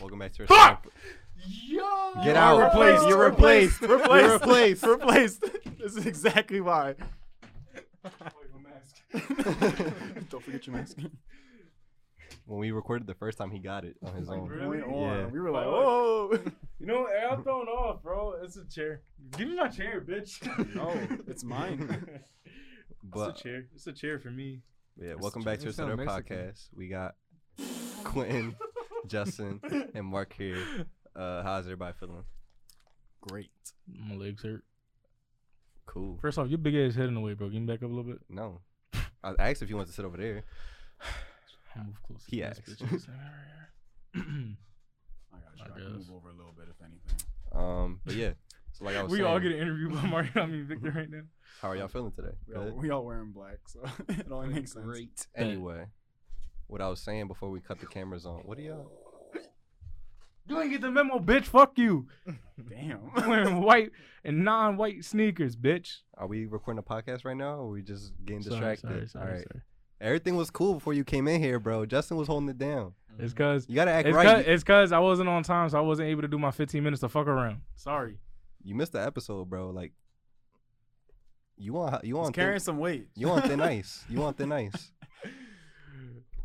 Welcome back to our Fuck! show. Yo! Get out. Replaced. You're replaced. Replaced. You're replaced. replaced. This is exactly why. Don't forget your mask. When we recorded the first time, he got it on his own. really? Point on. Yeah. We were like, Oh. whoa. You know, hey, I'm thrown off, bro. It's a chair. Give me my chair, bitch. no, it's mine. it's a But chair. It's a chair for me. yeah, welcome back to our You center sound Mexican. podcast. We got Quentin, Justin, and Mark here. Uh, how's everybody feeling? Great. My legs hurt. Cool. First off, your big ass head in the way, bro. Give me back up a little bit. No, I asked if you want to sit over there. I'll move closer. He to this asked. bitch. Listen, alright, alright. I got I you. I can guess. move over a little bit if anything. Um, but yeah. So like I was We saying, all get an interview by Mario. I mean Victor right now. how are y'all feeling today? We all, Good? we all wearing black, so it only makes sense. Great. Anyway, what I was saying before we cut the cameras on, what do y'all? You ain't get the memo, bitch. Fuck you. Damn. I'm wearing white and non-white sneakers, bitch. Are we recording a podcast right now, or we just getting Sorry, distracted? sorry, sorry, All right, sorry. everything was cool before you came in here, bro. Justin was holding it down. It's cause You gotta act it's, right. cause it's cause I wasn't on time, so I wasn't able to do my 15 minutes to fuck around. Sorry. you missed the episode, bro. Like, you want you He's want carrying thin, some weight. you want thin ice. You want thin ice.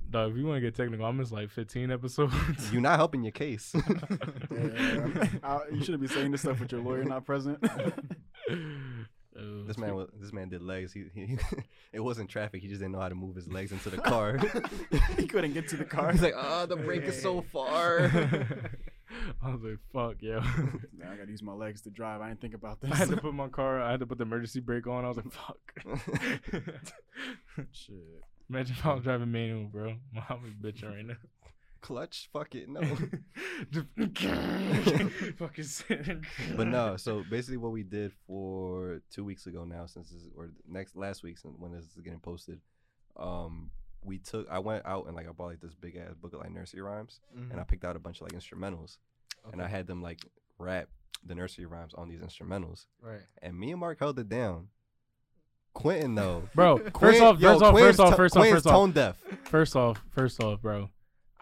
Dog, if you want to get technical, I missed like 15 episodes. You're not helping your case. Damn. I- Uh, you shouldn't be saying this stuff with your lawyer not present. this man was, this man did legs. He, he it wasn't traffic. He just didn't know how to move his legs into the car. he couldn't get to the car. He's like, oh, the brake is so far. I was like, fuck, yo. Nah, I gotta use my legs to drive. I didn't think about this. I had to put my car, I had to put the emergency brake on. I was like, fuck. Shit. Imagine if I was driving manual, bro. I'm a bitch right now. Clutch, fuck it, no. Just fucking sitting. but no, so basically what we did for two weeks ago now, since this or next last week, since when this is getting posted, um, we took I went out and like I bought like this big ass book of like nursery rhymes, and Mm-hmm. I picked out a bunch of like instrumentals, and I had them like rap the nursery rhymes on these instrumentals, Right. and me and Mark held it down. Quentin though, bro. First Quinn- off, yo, first off, Quinn's first off, to- first off, Quinn's first off, tone deaf. first off, first off, bro.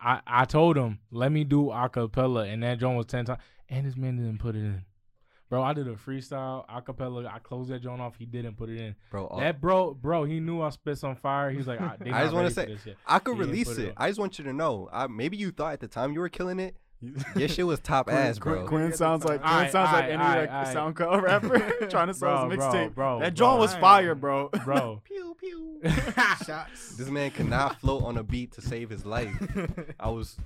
I I told him let me do acapella, and that joint was ten times, and this man didn't put it in. Bro, I did a freestyle acapella. I closed that joint off. He didn't put it in. bro. uh, all- That bro, bro, he knew I spit some fire. He's like, "Ah, I, Oh. I just want wanna to say- this yet. I could he didn't release put it. it on. I just want you to know. I, maybe you thought at the time you were killing it. Your Yes, shit was top ass, bro. Quinn sounds like Quinn Aight, sounds like aight, any aight, like aight. SoundCloud rapper trying to sell Bro, bro, his mixtape. bro, that bro. John was Aight. fire, bro. bro. Pew pew. Shots. This man could not float on a beat to save his life. I was,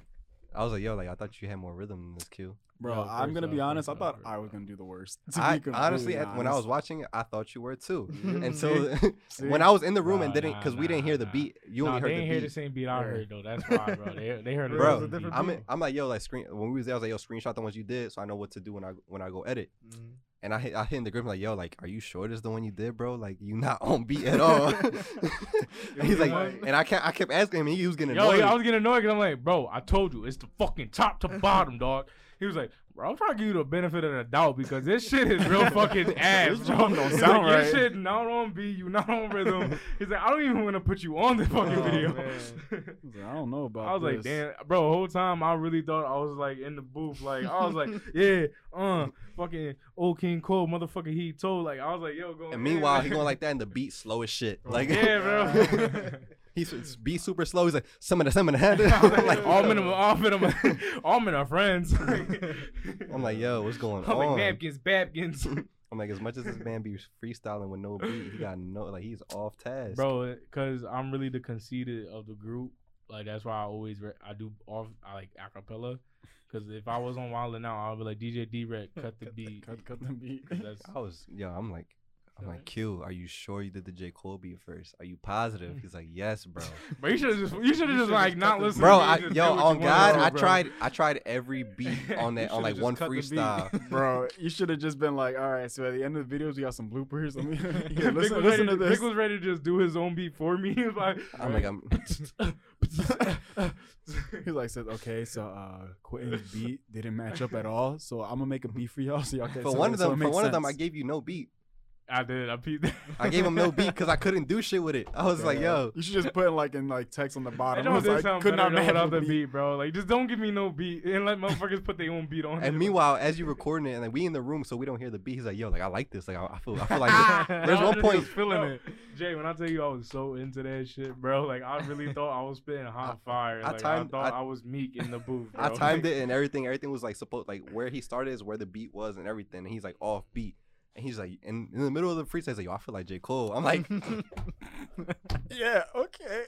I was like, yo, like I thought you had more rhythm than this, Q. Bro, Yo, I'm first gonna be off, honest. I first thought off, I was first gonna do the worst. to be I completely honestly, at, when I was honest. watching it, I thought you were too. Mm-hmm. Mhm. Until See? when I was in the room Nah, and didn't, because we nah, didn't hear the nah. beat. You Nah, only they heard ain't the hear beat. the same beat I Yeah. heard though. That's why, bro. They, they heard a Bro, different beat. I'm, in, I'm like, yo, like screen. When we was there, I was like, yo, screenshot the ones you did, so I know what to do when I when I go edit. Mm-hmm. And I hit, I hit in the group like, yo, like, are you sure this is the one you did, bro? Like, you not on beat at all. And he's like, Right. and I kept, I kept asking him, and he was getting Yo, annoyed. yeah, I was getting annoyed because I'm like, bro, I told you, it's the fucking top to bottom, dog. He was like, bro, I'm trying to give you the benefit of the doubt because this shit is real fucking ass, This bro. don't He's sound like, right." Your shit not on beat, you not on rhythm. He's like, I don't even want to put you on the fucking Oh, video. man. I was like, I don't know about. I was like, this. damn, bro. The whole time I really thought I was like in the booth, like I was like, yeah, uh, fucking old King Cole, motherfucker. He told, like I was like, yo, go. and meanwhile, he going like that, and the beat slow as shit. Like, yeah, bro. He's it's be super slow. He's like some of the some of the like all men, are- all men, are- all men are friends. I'm like, yo, what's going I'm like on? napkins, babkins, I'm like, as much as this man be freestyling with no beat, he got no like he's off task. bro. Cause I'm really the conceited of the group. Like that's why I always re- I do off I like acapella. Cause if I was on Wild and Out, I'll be like DJ D-Rec, cut the beat. Cut, cut the beat. 'Cause that's I was yo, I'm like I'm like, Q, are you sure you did the J. Cole beat first? Are you positive? He's like, Yes, bro. But you should have just you should have You just shoulda like just not cut the- listened. bro, to me, I, just yo, do what on you wanted God, to do, I bro. tried I tried every beat on You that on shoulda like just one cut the beat. freestyle. Bro, you should have just been like, all right, so at the end of the videos, we got some bloopers. Let me, here, Vic was listen, ready listen to this. Vic was ready to just do his own beat for me. He was like, I'm like, I'm He like says, okay, so uh, Quentin's beat didn't match up at all, so I'm gonna make a beat for y'all so y'all can. for so- one of so it them for makes one of them I sense." gave you no beat. I did. I peeped. I gave him no beat because I couldn't do shit with it. I was like, yo, You should just put like in like text on the I bottom. don't It's do like, something could not better match without the the beat. beat. bro. Like, just don't give me no beat and let motherfuckers put their own beat on. it. And meanwhile, as you recording it, and like we in the room, so we don't hear the beat. He's like, "Yo, like I like this. Like I, I feel, I feel Ah, like." this. There's I one was point- just feeling Yo. it, Jay. When I tell you I was so into that shit, bro, like I really thought I was spitting hot I fire. Like, I, timed- thought I- I, was meek in the booth. Bro. I timed it and everything. Everything was like supposed like where he started is where the beat was and everything. And he's like off beat, and he's like in, in the middle of the freestyle. He's like, "Yo, I feel like J Cole." I'm like, yeah. Okay.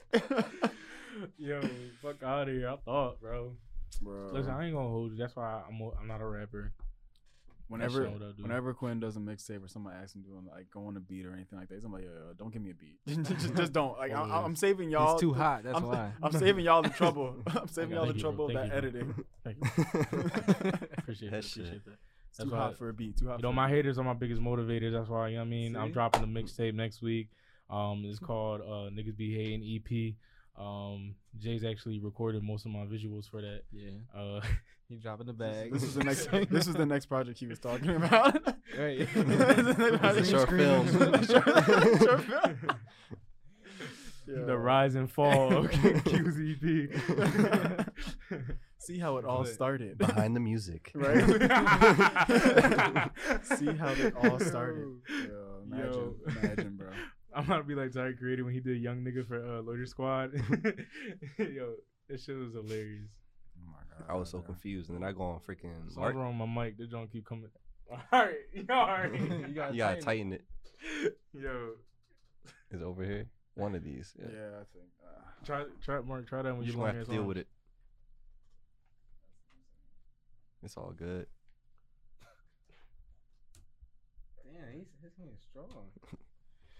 Yo, fuck out of here. I thought, bro. Bro. Listen, I ain't gonna hold you. That's why I'm I'm not a rapper. whenever shit what I do. whenever Quinn does a mixtape or someone asks him to like go on a beat or anything like that, he's like, yo, yo, don't give me a beat. just, just don't. Like I'm, Always. I'm saving y'all. it's too the- hot. That's I'm, why. I'm saving y'all the trouble. I'm saving Okay, y'all the thank you, bro. trouble of Thank that you, bro. editing. Thank you. it's Appreciate That that. shit. Appreciate that. That's too why- hot for a beat. Too hot. You for know, a my beat. haters are my biggest motivators. That's why, you know what I mean? I'm See? dropping a mixtape next week. Um, it's called uh, Niggas Be Hating EP. Um, Jay's actually recorded most of my visuals for that. Yeah, Uh, he dropping the bag. This is the next. this is the next project he was talking about. right. It's a short film. Short- short film. The Yeah. Rise and Fall of E QZP. See how it all started, "Behind the music." right? See how it all started. Yo, imagine, Yo. imagine, bro. I'm about to be like Tyre Creator when he did Young Nigga for uh, Loader Squad. Yo, that shit was hilarious. Oh my I was so bro. confused, and then I go on freaking. Something Mark, wrong with my mic. The junk keep coming. All right, you all right? you got you gotta tighten it. Yo, It's over here. One of these. Yeah. Yeah, I think. Uh, try, try, Mark, try that You when just you gonna have to deal with it. It's all good. Damn, he's his hand is strong.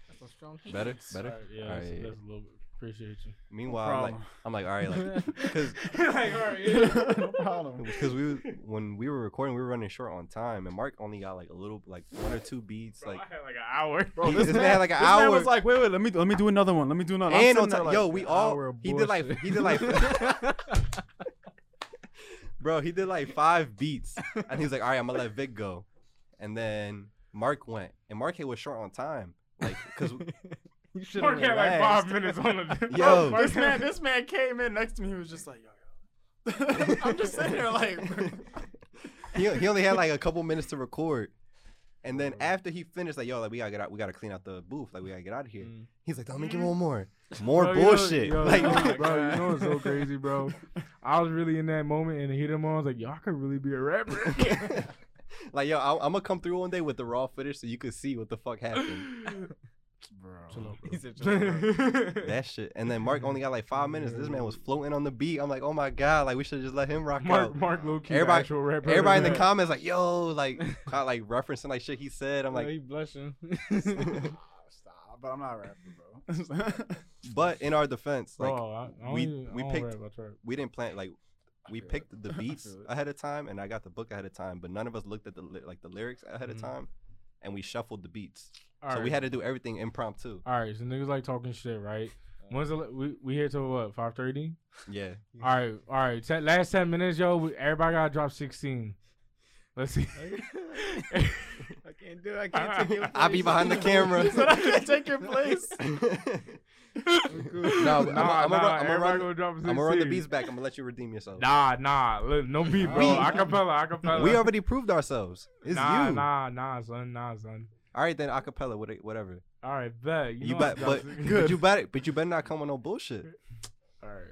That's a strong. Key. Better, better. yeah, All that's, right. that's a little bit. Appreciate you. Meanwhile, I'm like, I'm like, problem. all right, like, because like, all right. yeah. no problem. because we was- when we were recording, we were running short on time, and Mark only got like a little, like one or two beats, Bro, like, I had like an hour. Bro, He- this man had like an this man hour. was like, wait, wait, let me let me do another one. Let me do another. I'm and on sitting there time. like, yo, we an hour all of he did like bullshit. he did like, bro, he did like five beats, and he's like, all right, I'm gonna let Vic go, and then Mark went, and Mark was short on time, like, cause you should Mark had like five minutes on the. Yo. Mark this man, had- this man came in next to me. He was just like, yo, yo. I'm just sitting there like, he he only had like a couple minutes to record. And then after he finished, like, yo, like we gotta get out, we gotta clean out the booth, like we gotta get out of Mm. here. He's like, let me give him one more, more Bro, you know- bullshit. yo, like, yo, my bro, you God. know what's so crazy, bro? I was really in that moment and hit them on. I was like, y'all could really be a rapper. like, yo, I, I'm gonna come through one day with the raw footage so you could see what the fuck happened. bro. He said, that shit. And then Mark only got like five minutes. This man was floating on the beat. I'm like, oh my god, like we should just let him rock Mark, out. Mark, low key, Everybody- actual rapper. Everybody in the comments like, yo, like, kind of like referencing like shit he said. I'm like, he blushing. Stop, but I'm not rapping, bro. but in our defense, like, Bro, Oh, I, I don't we- even, we I don't picked- rap, I try. we didn't plan like I we feel it. picked the I beats feel it. ahead of time and I got the book ahead of time, but none of us looked at the ly- like the lyrics ahead Mm-hmm. Mhm. of time and we shuffled the beats. All so right. we had to do everything impromptu. All right, so niggas like talking shit, right? When's the la- we we here till what five thirty? Yeah. All right, all right. Ten, last ten minutes, yo. We, everybody gotta drop sixteen. Let's see. I can't do. it. I can't take your. Mm. I'll be place. behind the camera. he said, I can't take your place. No, I'm nah, gonna nah, run- I'ma everybody run- gonna drop 16. I'm gonna run the beats back. I'm gonna let you redeem yourself. Nah, nah. Look, no beat, bro. We- acapella, acapella. We already proved ourselves. It's nah, you. nah, nah, son, nah, son. All right then, acapella, what- whatever. All right, bet. You, You, know I bet, drop but, 16. but you better, but you better not come with no bullshit. All right.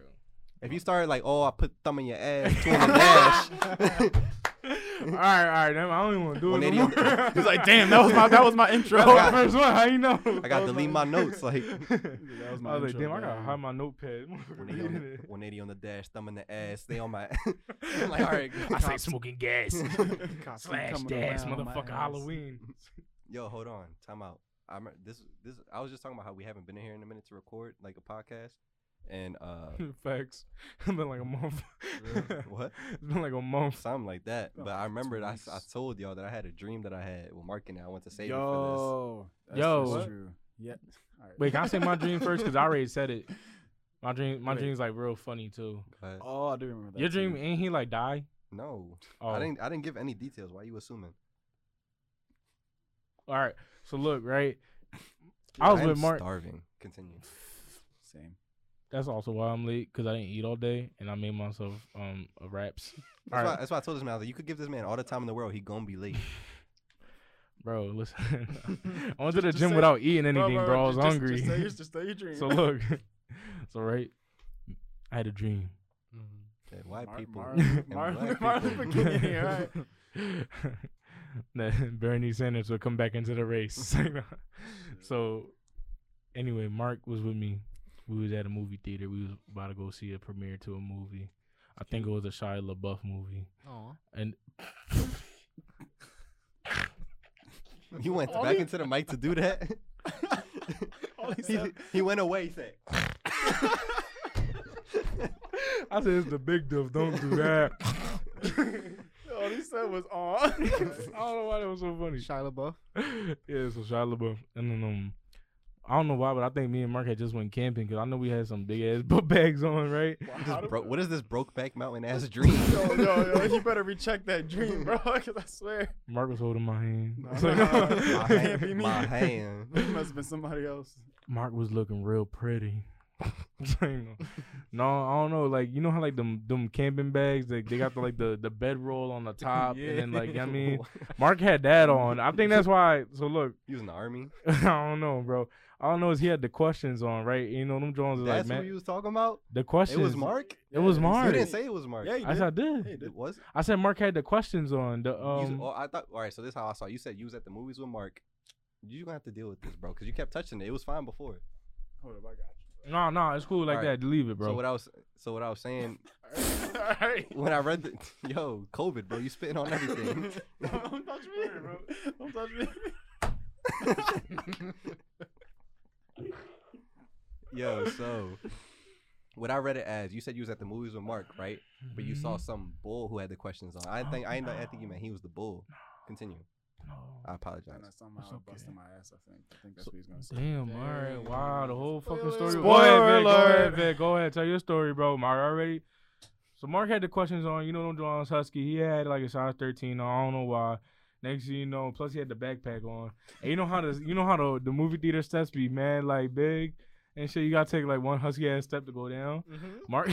If you start like, oh, I put thumb in your ass, two on the dash. All right, all right. Damn, I don't even want to do it. No 180. more. He's like, damn, that was my that was my intro. That was my first one. How you know? I gotta delete my notes. Like That was I was like, intro, damn, I gotta damn. hide my notepad. 180 on, the, 180 on the dash, thumb in the ass, stay on my. I'm like, all right, I say smoking gas. Cops keep Slash coming dash, around my motherfucker, ass. Halloween. yo, hold on, time out. I'm this this. I was just talking about how we haven't been in here in a minute to record like a podcast, and uh, Facts. It's been like a month. what? It's been like a month. Something like that, Oh, but I Two remembered I, s- I weeks. told y'all that I had a dream that I had with Mark and I went to save it for Yo, that's, Yo. that's true. Yeah. All right. Wait, can I say my dream first? Because I already said it. My dream, my Wait. dream's like real funny too. this. But Oh, I do remember that. Your too. dream, ain't he like die? no, Oh, I didn't. I didn't give any details. Why you assuming? All right. So look, right. I was am with Mark. Starving. Continue. Same. That's also why I'm late because I didn't eat all day and I made myself um a wraps. That's, Alright. why, that's why I told this man, I was like, you could give this man all the time in the world, he gonna be late. Bro, listen. I went to the Just gym say- without eating No, anything, bro. I was just- just- hungry. Just, say your- just say your dream. so look. so right. I had a dream. Mm-hmm. Okay, why Mar- people? Mar- and Mar- black Martin people- Luther King, yeah, right. that Bernie Sanders would come back into the race. so, anyway, Mark was with me. We was at a movie theater. We was about to go see a premiere to a movie. I think it was a Shia LaBeouf movie. Aw. And You went All back he- into the mic to do that. All he he, said- he went away. He said, I said, "It's the big duff. Don't do that." All he said was on. I don't know why that was so funny. Shia LaBeouf. yeah, so Shia LaBeouf, and then um, I don't know why, but I think me and Mark had just went camping because I know we had some big ass book bags on, right? How do- Bro, what is this Brokeback Mountain ass dream? Yo, yo, yo, you better recheck that dream, bro, because I swear. Mark was holding my hand. Nah, It's like, nah, nah, my nah. Can't be hand, me. my hand. It must have been somebody else. Mark was looking real pretty. It's like, no, no, I don't know. Like you know how like them them camping bags, like they got the like the the bedroll on the top, and then like I mean, Mark had that on. I think that's why. So look, he was in the army. I don't know, bro. All I know is he had the questions on, right? You know them Jones are like, That's man, who you was talking about. the questions. It was Mark. It was You Mark. didn't say it was Mark. Yeah, you I did. said I did. Hey, it was. I said Mark had the questions on the You s- um. oh, I thought. All right, so this is how I saw. it. You said you was at the movies with Mark. You gonna have to deal with this, bro, because you kept touching it. It was fine before. Hold up, I got No, no, it's cool like Alright. that. Leave it, bro. So what I was, so what I was saying you. All right. when I read the, yo, COVID, bro, you spitting on everything. don't, don't touch me, bro. Don't touch me. Yo, so what I read it as, you said you was at the movies with Mark, right? But you Mm-hmm. saw some bull who had the questions on. I didn't think I didn't know, I think you meant he was the bull. Continue. I And I apologize. somehow okay. busted my ass, I think. I think that's So- what he's going to say. Damn, all right. Wow, the whole fucking story. Spoiler go ahead, man. Go alert. ahead, man. Go ahead. Tell your story, bro. Mark already. So Mark had the questions on. You know, them Jones Husky. He had like a size 13. on. I don't know why. Next thing you know, plus he had the backpack on. And you know how the you know how the, the movie theater steps be man like big and shit. You gotta take like one husky ass step to go down. Mm-hmm. Mark.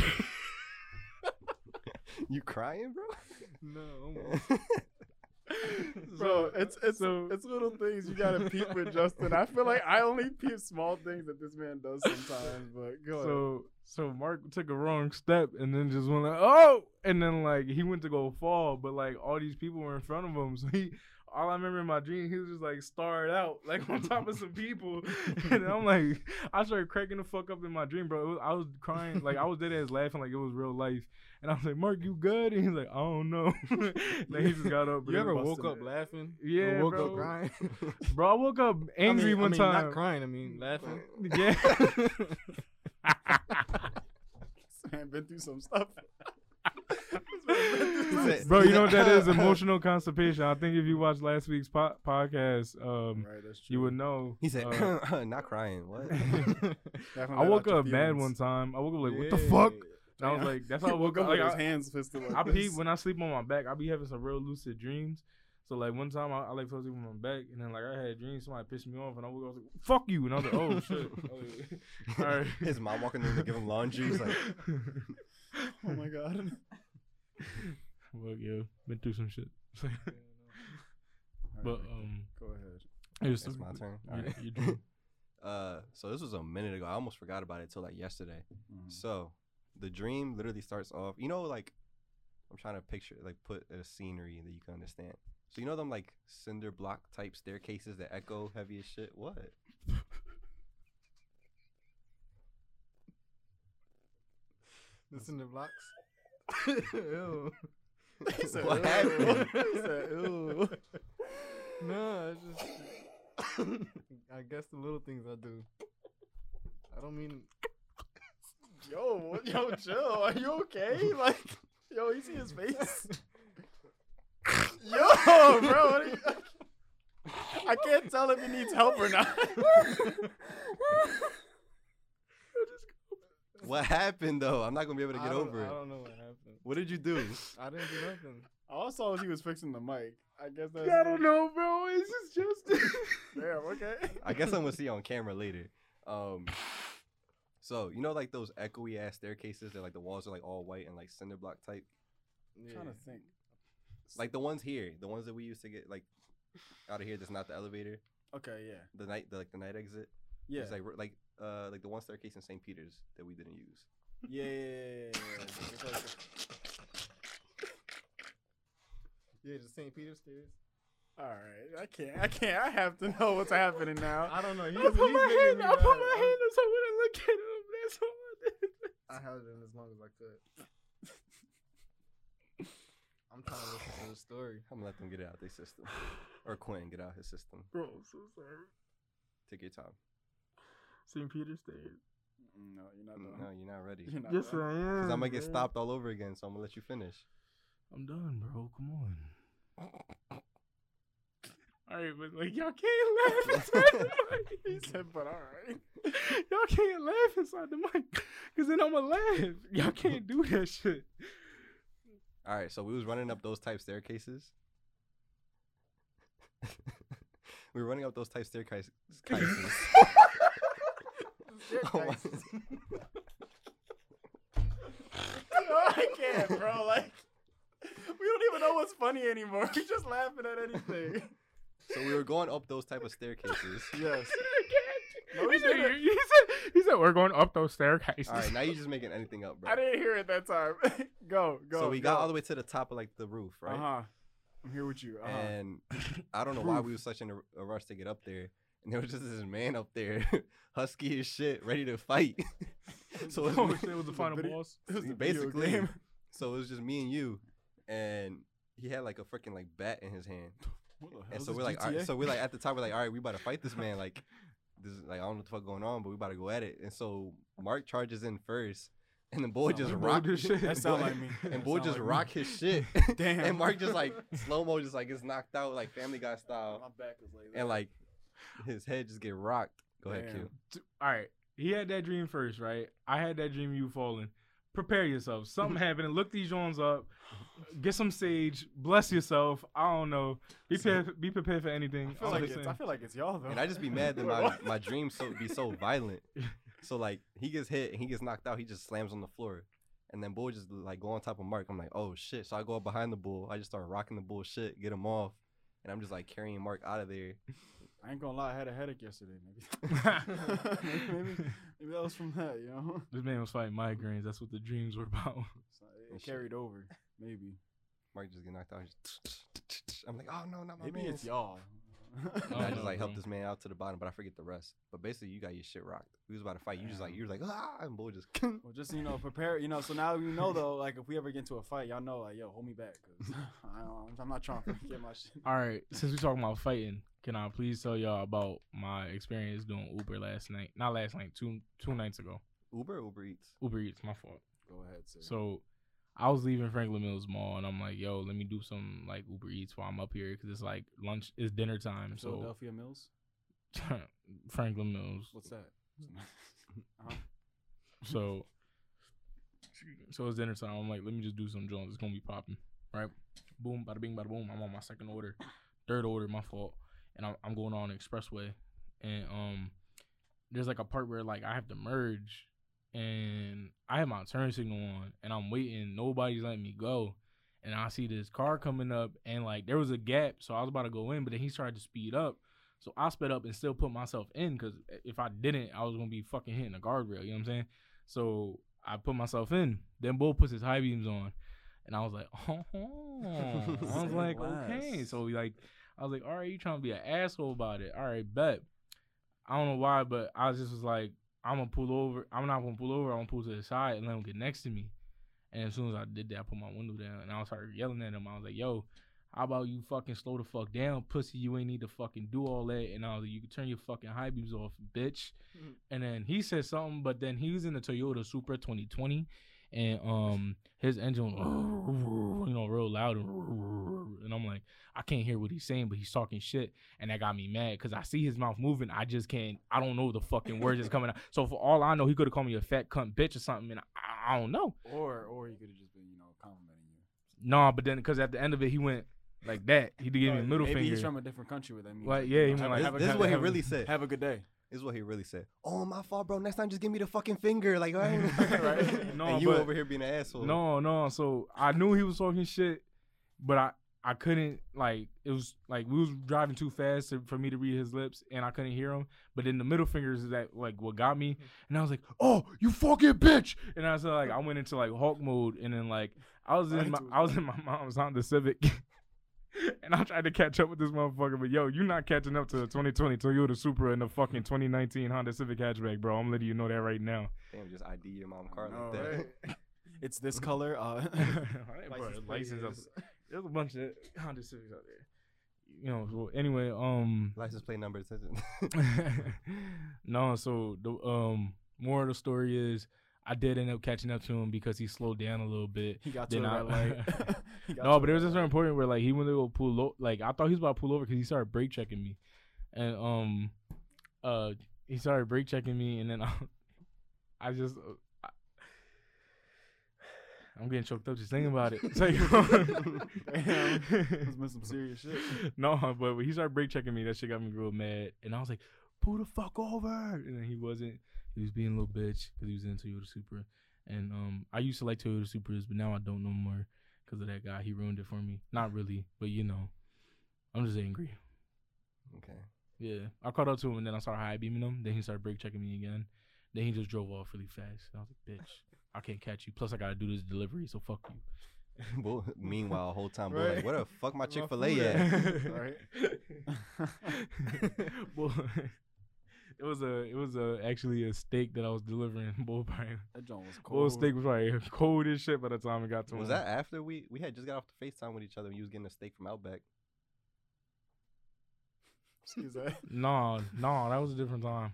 You crying, bro? No. Bro, it's it's so- it's little things you gotta peep with Justin. I feel like I only peep small things that this man does sometimes. But go ahead. So so Mark took a wrong step and then just went like, oh, and then like he went to go fall, but like all these people were in front of him. So he, all I remember in my dream, he was just like starred out, like on top of some people, and I'm like, I started cracking the fuck up in my dream, bro. It was- I was crying, like I was dead ass laughing, like it was real life. And I was like, Mark, you good? And he's like, I don't know. like he just got up. You and ever busted woke up it. laughing? Or Yeah, woke bro. up crying. Bro, I woke up angry I mean, one I mean, time. Not crying. I mean, laughing. Yeah. This man been through some stuff. This man been through some He said- Bro, you know what that is? Emotional constipation. I think if you watched last week's po- podcast, stuff. um, Right, that's true. you would know. He said, uh, not crying. What? Definitely I let woke out your up mad feelings. one time. I woke up like, what the fuck? And I was Damn. like, that's He how I woke up. with Like, his I, hands fisted like I pee this. when I sleep on my back. I be having some real lucid dreams. So like one time I, I like fell asleep on my back, and then like I had a dream somebody pissed me off, and I woke up I was like, fuck you, and I was like, oh shit. I was like, All right. His mom walking in to give him laundry. He's like, Oh my god. Fuck yo, been through some shit. but um, go ahead. it was it's my turn. You- All right. you dream. Uh, so this was a minute ago. I almost forgot about it till like yesterday. Mm-hmm. Mhm. So the dream literally starts off, you know, like I'm trying to picture, like put a scenery that you can understand. So you know them like cinder block type staircases that echo heavy as shit. What? Listen to blocks. Ew. He said, What "Ew." happened? He said, "Ew." No, it's just. I guess the little things I do. I don't mean. Yo, what- yo, chill. Are you okay? Like, yo, you see his face? Yo, bro, what are you, I can't tell if he needs help or not. What happened though? I'm not gonna be able to I get don't- over I it. don't know what happened. What did you do? I didn't do nothing. Also, he was fixing the mic. I guess that's. I don't know, bro. It's just Justin. Damn. Okay. I guess I'm gonna see on camera later. Um, so you know, like those echoey ass staircases that like the walls are like all white and like cinder block type, I'm Yeah. trying to think. like the ones here, the ones that we used to get like out of here. That's not the elevator. Okay. Yeah. The night, the, like the night exit. Yeah. It's like r- like uh like the one staircase in St. Peter's that we didn't use. yeah. Yeah. yeah, yeah, yeah, yeah. It's like- Yeah, the St. Peter's stairs. All right. I can't. I can't. I have to know what's happening now. I don't know. He I was, put he's my making hand. me I put my mad. hand up so I wouldn't look at him. That's all I did. I held it in as long as I could. I'm trying to listen to the story. I'm gonna let them get it out their system, or Quentin get out his system. Bro, I'm so sorry. Take your time. St. Peter's Day. No, you're not No, doing. you're not ready. You're not Yes, I doing. am. Cause I'm gonna get bro. stopped all over again, so I'm gonna let you finish. I'm done, bro. Come on. All right, but like y'all can't laugh inside the He mic. said, "But all right." y'all can't laugh inside the mic, cause then I'ma laugh. Y'all can't do that shit. All right, so we was running up those type staircases. we were running up those type staircases. Oh Staircases. No, I can't, bro. Like, we don't even know what's funny anymore. We're just laughing at anything. so we were going up those type of staircases. Yes. No, he, he said, said- he said he said we're going up those staircases. All right, now you're just making anything up, bro. I didn't hear it that time. go, go. so we got all the way to the top of like the roof, right? Uh huh. I'm here with you. Uh huh. And I don't know why we was such in a, a rush to get up there. And there was just this man up there, husky as shit, ready to fight. so it's me- it was the final boss. basically, so it was just me and you, and he had like a freaking like bat in his hand. And so we're like, all right, so we're like at the time we're like, all right, we about to fight this man. Like, this is like I don't know what the fuck going on, but we about to go at it. And so Mark charges in first, and the boy just rock. this shit. that sound boy- like me. And boy just rock his shit. Damn. and Mark just like slow mo, just like gets knocked out like Family Guy style, back is like. and like his head just get rocked. Go ahead, Q. Damn. All right. He had that dream first, right? I had that dream. You falling. Prepare yourself. Something happening. Look these Johns up. Get some sage. Bless yourself. I don't know. Be prepared. Be prepared for anything. I feel I'm like just it's. I saying. feel like it's y'all though. And I just be mad that my my dreams so be so violent. So like he gets hit and he gets knocked out, he just slams on the floor. And then Bull just like go on top of Mark. I'm like, oh shit. So I go up behind the bull. I just start rocking the bull shit, get him off. And I'm just like carrying Mark out of there. I ain't gonna lie, I had a headache yesterday. Maybe. maybe, maybe that was from that, you know. This man was fighting migraines. That's what the dreams were about. So And it shit. carried over. Maybe. Mark just get knocked out. Just I'm like, oh no, not my Maybe man. it's y'all. And I Oh, just no, like help bro. this man out to the bottom, but I forget the rest. But basically, you got your shit rocked. We was about to fight. You just like you was like ah, and Bull just Well, just you know, prepare. You know, so now you know though. Like, if we ever get into a fight, y'all know, like, yo, hold me back, cause I don't, I'm not trying to get my shit. All right, since we're talking about fighting, can I please tell y'all about my experience doing Uber last night? Not last night, two two nights ago. Uber, Uber Eats. Uber Eats, my fault. Go ahead, sir. So I was leaving Franklin Mills Mall, and I'm like, "Yo, let me do some like Uber Eats while I'm up here, cause it's like lunch, it's dinner time." So Philadelphia Mills. Franklin Mills. What's that? Uh-huh. So so it's dinner time. I'm like, let me just do some Jones. It's gonna be popping, right? Boom, bada bing, bada boom. I'm on my second order, third order, my fault. And I'm, I'm going on the expressway, and um, there's like a part where like I have to merge, and I have my turn signal on, and I'm waiting. Nobody's letting me go. And I see this car coming up, and like there was a gap, so I was about to go in, but then he started to speed up, so I sped up and still put myself in, because if I didn't, I was gonna be fucking hitting a guardrail. You know what I'm saying? So I put myself in. Then Bull puts his high beams on, and I was like, oh, I was Say like, okay. less. So like, I was like, all right, you trying to be an asshole about it? All right, bet. I don't know why, but I just was like, I'm gonna pull over. I'm not gonna pull over. I'm gonna pull to the side and let him get next to me. And as soon as I did that, I put my window down and I started yelling at him. I was like, yo. How about you fucking slow the fuck down, pussy? You ain't need to fucking do all that. And I was like, you can turn your fucking high beams off, bitch. And then he said something, but then he was in a Toyota Supra 2020, and um, his engine, was, you know, real loud, and and I'm like, I can't hear what he's saying, but he's talking shit, and that got me mad because I see his mouth moving. I just can't. I don't know the fucking words that's coming out. So for all I know, he could have called me a fat cunt bitch or something, and I, I don't know. Or or he could have just been, you know, complimenting you. Nah, but then because at the end of it, he went like that. He did give me a Or middle Maybe finger. he's from a different country with them. Like, yeah, he have, might- have a, this, this is have a- what he have a- really said. Have a good day. This is what he really said. Oh, my fault, bro. Next time, just give me the fucking finger, like right. Right. No, and you but- over here being an asshole. No, no. So I knew he was talking shit, but I I couldn't like it was like we was driving too fast to, for me to read his lips, and I couldn't hear him. But then the middle fingers is that like what got me, and I was like, "Oh, you fucking bitch!" And I was like, I went into like Hulk mode, and then like I was in my I was in my mom's Honda Civic. And I tried to catch up with this motherfucker, but yo, you're not catching up to the 2020 Toyota Supra and the fucking 2019 Honda Civic hatchback, bro. I'm letting you know that right now. Damn, just ID your mom car No, like that. right? it's this color. Uh, Bro, License plate license up- is- There's a bunch of Honda Civics out there. You know. Well, anyway, um, License plate number. it says it. no. So the um moral of the story is, I did end up catching up to him because he slowed down a little bit. he got to Then a I- red light. He got No, to but a there was red this light. one point where like he went to go pull over. Like I thought he was about to pull over because he started brake checking me, and um, uh, he started brake checking me, and then I, I just. Uh, I, I'm getting choked up just thinking about it. It's like- Damn. Must been some serious shit. no, but when he started brake checking me, that shit got me real mad. And I was like, pull the fuck over. And then he wasn't. He was being a little bitch because he was in Toyota Supra. And um, I used to like Toyota Supras, but now I don't no more because of that guy. He ruined it for me. Not really, but you know, I'm just angry. okay. Yeah, I caught up to him and then I started high beaming him. Then he started brake checking me again. Then he just drove off really fast. And I was like, bitch, I can't catch you. Plus, I gotta do this delivery, so fuck you. Bull, meanwhile, whole time, bull, Right. like, where the fuck my My Chick Fil A food at? Right. well, it was a it was a actually a steak that I was delivering. Boy, probably, That joint was boy cold. steak was probably cold as shit by the time it got to Was him. that after we we had just got off the Facetime with each other? and You was getting a steak from Outback. Excuse that. No, no, that was a different time.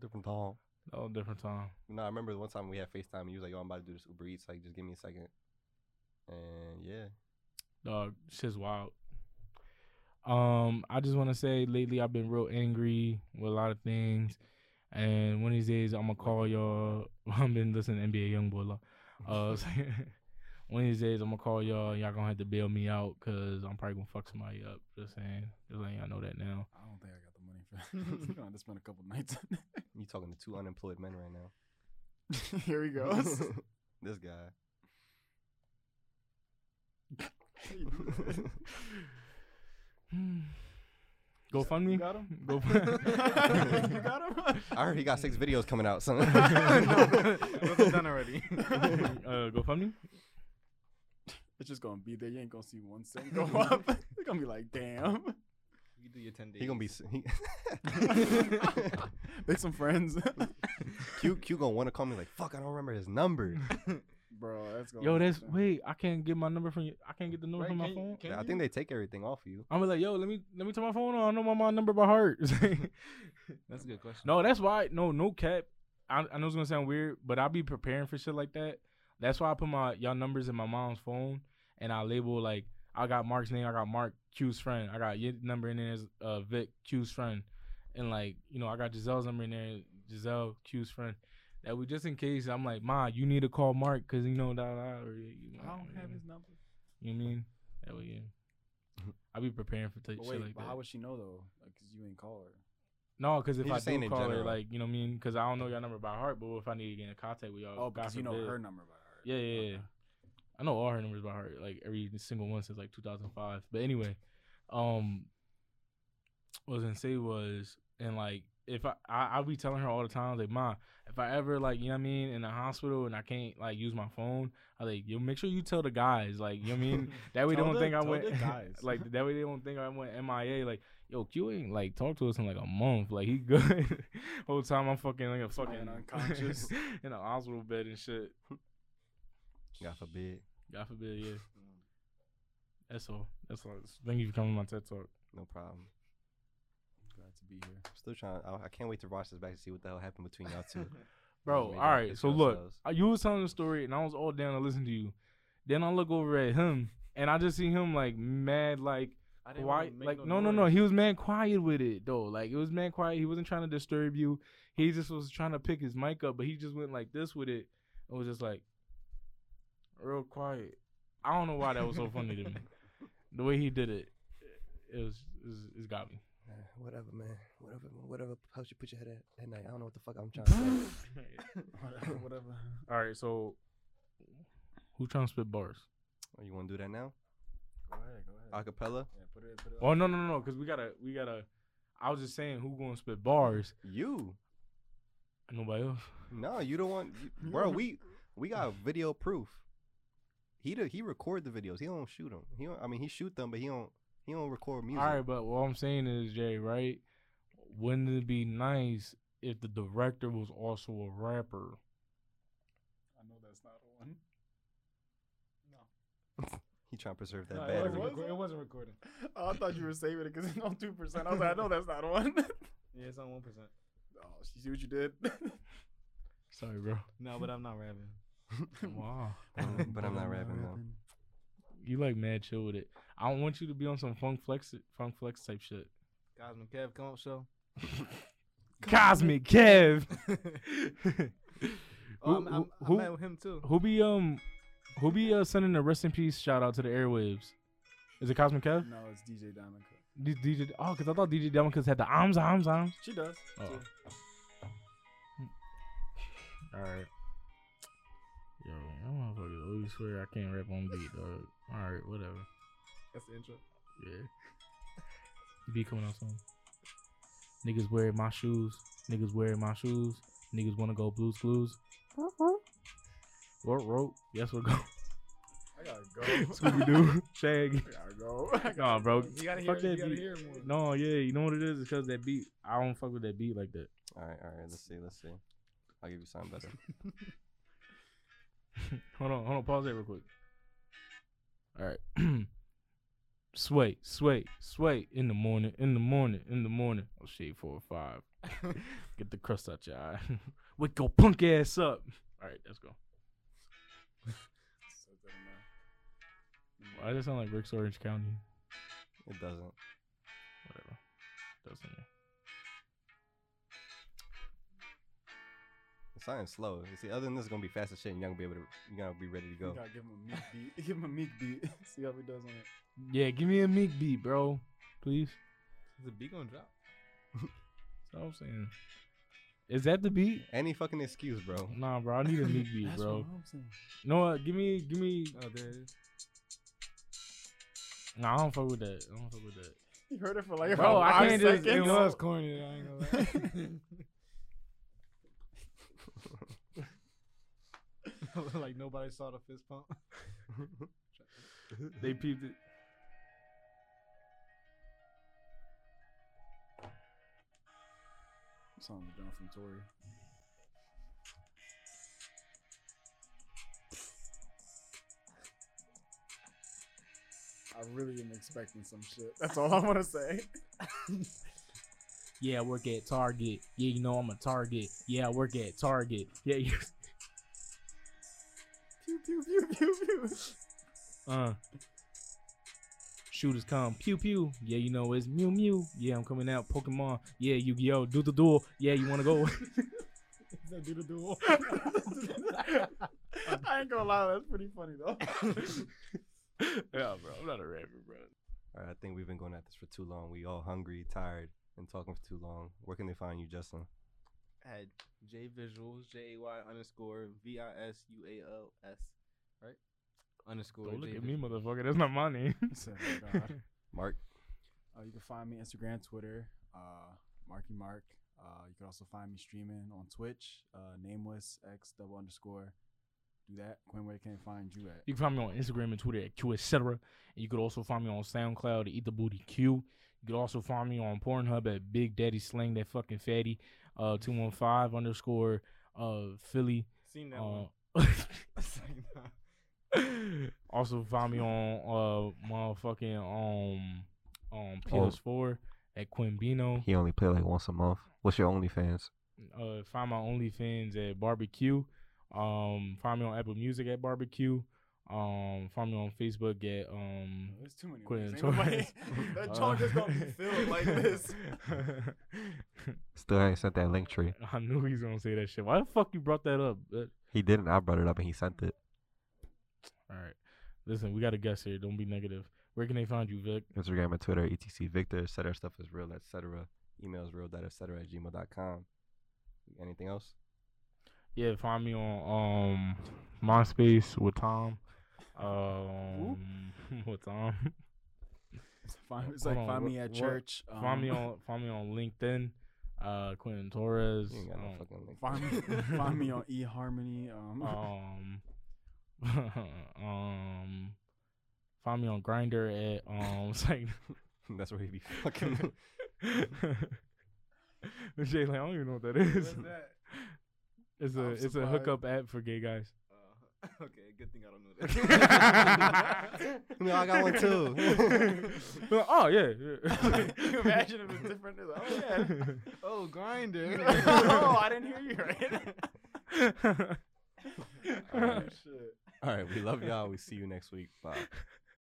Different tall. That was a different time. No, I remember the one time we had Facetime. and You was like, "Yo, I'm about to do this Uber Eats. Like, just give me a second. And yeah, Dog, shit's wild. Um, I just want to say lately I've been real angry with a lot of things, and one of these days I'm gonna call y'all. I've been listening to NBA YoungBoy. lo- Uh, one of these days I'm gonna call y'all. Y'all gonna have to bail me out because I'm probably gonna fuck somebody up. Just saying, just letting y'all know that now. I don't think I got the money for that. We're gonna have to spend a couple nights. on you talking to two unemployed men right now? that. Here he goes. this guy. GoFundMe. got him? Go. you got him? I heard he got six videos coming out. Son. That's done already. uh, GoFundMe. It's just gonna be there. You ain't gonna see one cent go up. You're gonna be like, damn. You do your ten days. he gonna be s- he, Make some friends, Q. Q gonna want to call me like, "Fuck, I don't remember his number." bro. That's gonna. Yo, be that's something. wait. I can't get my number from you. I can't get the number from my phone. I think they take everything off you. I'm like, yo, let me let me turn my phone on. I know my mom number by heart. That's a good question. no, that's why. No, no cap. I, I know it's gonna sound weird, but I be preparing for shit like that. That's why I put my y'all numbers in my mom's phone, and I label like I got Mark's name, I got Mark Q's friend, I got your number in there as uh, Vic Q's friend, and like you know I got Giselle's number in there, Giselle Q's friend. That we just in case I'm like, ma, you need to call Mark because you know that. Or, you know, I don't have his number. You know what I mean? That way, yeah. I be preparing for t- But shit wait, like but that. how would she know though? Like, cause you ain't call her. No, because if He's I just saying do in call her, general. like you know what I mean, because I don't know your number by heart. But what if I need to get in contact with y'all? Oh, God because you know forbid. her number by heart. Yeah, yeah, yeah. Okay. I know all her numbers by heart, like every single one since like 2005. But anyway, um, what I was gonna say was, and like if I I, I be telling her all the time, like, ma, if I ever like you know what I mean in the hospital and I can't like use my phone, I like you make sure you tell the guys, like you know what I mean. That way they Tell don't the- think I tell went the guys. like that way they don't think I went MIA. Like yo, Q ain't like talked to us in like a month. Like he good. Whole time I'm fucking like a fucking man unconscious. in a hospital bed and shit. God forbid. God forbid, yeah. That's all. That's all. Thank you for coming to my TED talk. No problem. Glad to be here. I'm still trying. I, I can't wait to watch this back to see what the hell happened between y'all two. Bro, Maybe all I'll right. pitch So look, ourselves. uh, you was telling the story, and I was all down to listen to you. Then I look over at him, and I just see him like mad, like I didn't wanna quiet. make Like no, no, no. noise. He was mad quiet with it though. Like it was mad quiet. He wasn't trying to disturb you. He just was trying to pick his mic up, but he just went like this with it. It was just like real quiet. I don't know why that was so funny to me. The way he did it, it was, it was it got me. Eh, whatever, man. Whatever, whatever helps you put your head at, at night. I don't know what the fuck I'm trying to say. Whatever. All right, so who trying to spit bars? Oh, you want to do that now? Go ahead, go ahead. Acapella? Yeah, put it, put it. Oh no, no, no, no. Because we gotta, we gotta. I was just saying who gonna spit bars. You? Nobody else. No, you don't want, you- bro. We we got video proof. He do, he record the videos. He don't shoot them. He don't, I mean he shoot them, but he don't he don't record music. All right, but what I'm saying is, Jay, right? Wouldn't it be nice if the director was also a rapper? I know that's not the one. He trying to preserve that No, it, battery. wasn't was- record- it wasn't recording. Oh, I thought you were saving it because it's on two percent. I was like, I know that's not one. Yeah, it's on one percent. oh, she see what you did. Sorry, bro. No, but I'm not rapping. Wow, Um, but I'm not rapping though. you like mad chill with it. I don't want you to be on some funk flex, funk flex type shit. Cosmic Kev, come on, show. Cosmic Kev. Oh, Who- I'm, I'm, who- I'm mad with him too. Who be um, who be uh sending a rest in peace shout out to the airwaves? Is it Cosmic Kev? no, it's DJ Diamond. Cut. D- DJ, oh, because I thought DJ Demokas had the arms, arms, arms. She does. Oh. too. All right. Yo, that motherfucker always swear I can't rap on beat, dog. All right, whatever. That's the intro. Yeah. Beat coming out soon. Niggas wearing my shoes. Niggas wearing my shoes. Niggas want to go blues clues. Rope, rope. Yes, we're going. I gotta go. Scooby Doo. Shaggy. I gotta go. I gotta Nah, bro. You gotta hear. Fuck that it, You gotta beat. hear it more. No, yeah, you know what it is? It's because that beat. I don't fuck with that beat like that. All right, all right. Let's see, let's see. I'll give you something better. hold on, hold on. Pause that real quick. All right. sway, sway, sway. In the morning, in the morning, in the morning. Oh shade four or five. Get the crust out your eye. Wake your punk ass up. All right, let's go. Set that in there. Why does it sound like Rick's Orange County? It doesn't. Whatever. Doesn't it? It's sounding slow. You see, other than this, it's gonna be fast as shit, and you're not gonna be able to. You're gonna be ready to You go. gotta give him a meek beat. give him a meek beat. See how he does on it. Yeah, give me a meek beat, bro. Please. Is the beat gonna drop? That's what I'm saying. Is that the beat? Any fucking excuse, bro. Nah, bro. I need a meek beat, That's bro. what I'm saying. No, uh, give me, give me. Oh, there it is. Nah, I don't fuck with that. I don't fuck with that. You heard it for like Bro, about I five can't just- seconds. it was corny. I ain't gonna lie. like nobody saw the fist pump. They peeped it. Song down from Tori. I really am expecting some shit. That's all I want to say. Yeah, I work at Target. Yeah, you know I'm a Target. Yeah, I work at Target. Yeah, you. Pew pew pew pew pew. Uh. Shooters come. Pew pew. Yeah, you know it's Mew Mew. Yeah, I'm coming out. Pokemon. Yeah, Yu Gi Oh. Do the duel. Yeah, you wanna go? Do the duel. I ain't gonna lie, that's pretty funny though. yeah, bro. I'm not a rapper, bro. All right, I think we've been going at this for too long. We all hungry, tired, and talking for too long. Where can they find you, Justin? At J Visuals, J A Y underscore V I S U A L S, right? Underscore. Don't look J at me, Visuals. motherfucker. That's not my name. So, oh God. Mark. Uh, you can find me Instagram, Twitter, uh, Marky Mark. Uh, you can also find me streaming on Twitch, uh, Nameless X double underscore. Do that. Quinn, where can they find you at? You can find me on Instagram and Twitter at Q etc. And you could also find me on SoundCloud at Eat the Booty Q. You could also find me on Pornhub at Big Daddy Sling that fucking fatty. Uh, two one five underscore uh Philly. Seen that one. Uh, It's like, nah. also find me on uh motherfucking um um Oh. PS4 at Quimbino. He only play like once a month. What's your OnlyFans? Uh, find my OnlyFans at Barbecue. Um, find me on Apple Music at Barbecue. Um, follow me on Facebook at um. There's too many. Quentin ways. Ain't nobody- Torres. Uh, That chart is gonna be filled like this. Still ain't sent that link tree. I knew he was gonna say that shit. Why the fuck you brought that up? But, He didn't. I brought it up and he sent it. all right, listen, we got a guest here. Don't be negative. Where can they find you, Vic? Instagram and Twitter, etc. Victor, etc. Stuff is real, etc. Emails real, etc. at gmail.com. Anything else? Yeah, find me on um MySpace with Tom. Um, with Tom. Find, it's Hold like on, find what- me at what- church. Um, Find me on find me on LinkedIn. Uh, Quentin Torres. You ain't got no um, fucking link. Find me, find me on eHarmony. Um, um, um, find me on Grinder at um. It's like, That's where he be fucking. Jay, like, I don't even know what that is. It's a I'm it's a hookup app for gay guys. Uh, okay, good thing I don't know no, I got one too. Like, oh yeah. yeah. Can you imagine if it's different? It's like, oh yeah. that. oh, grinder. oh, I didn't hear you right. All right, we love y'all. We see you next week. Bye.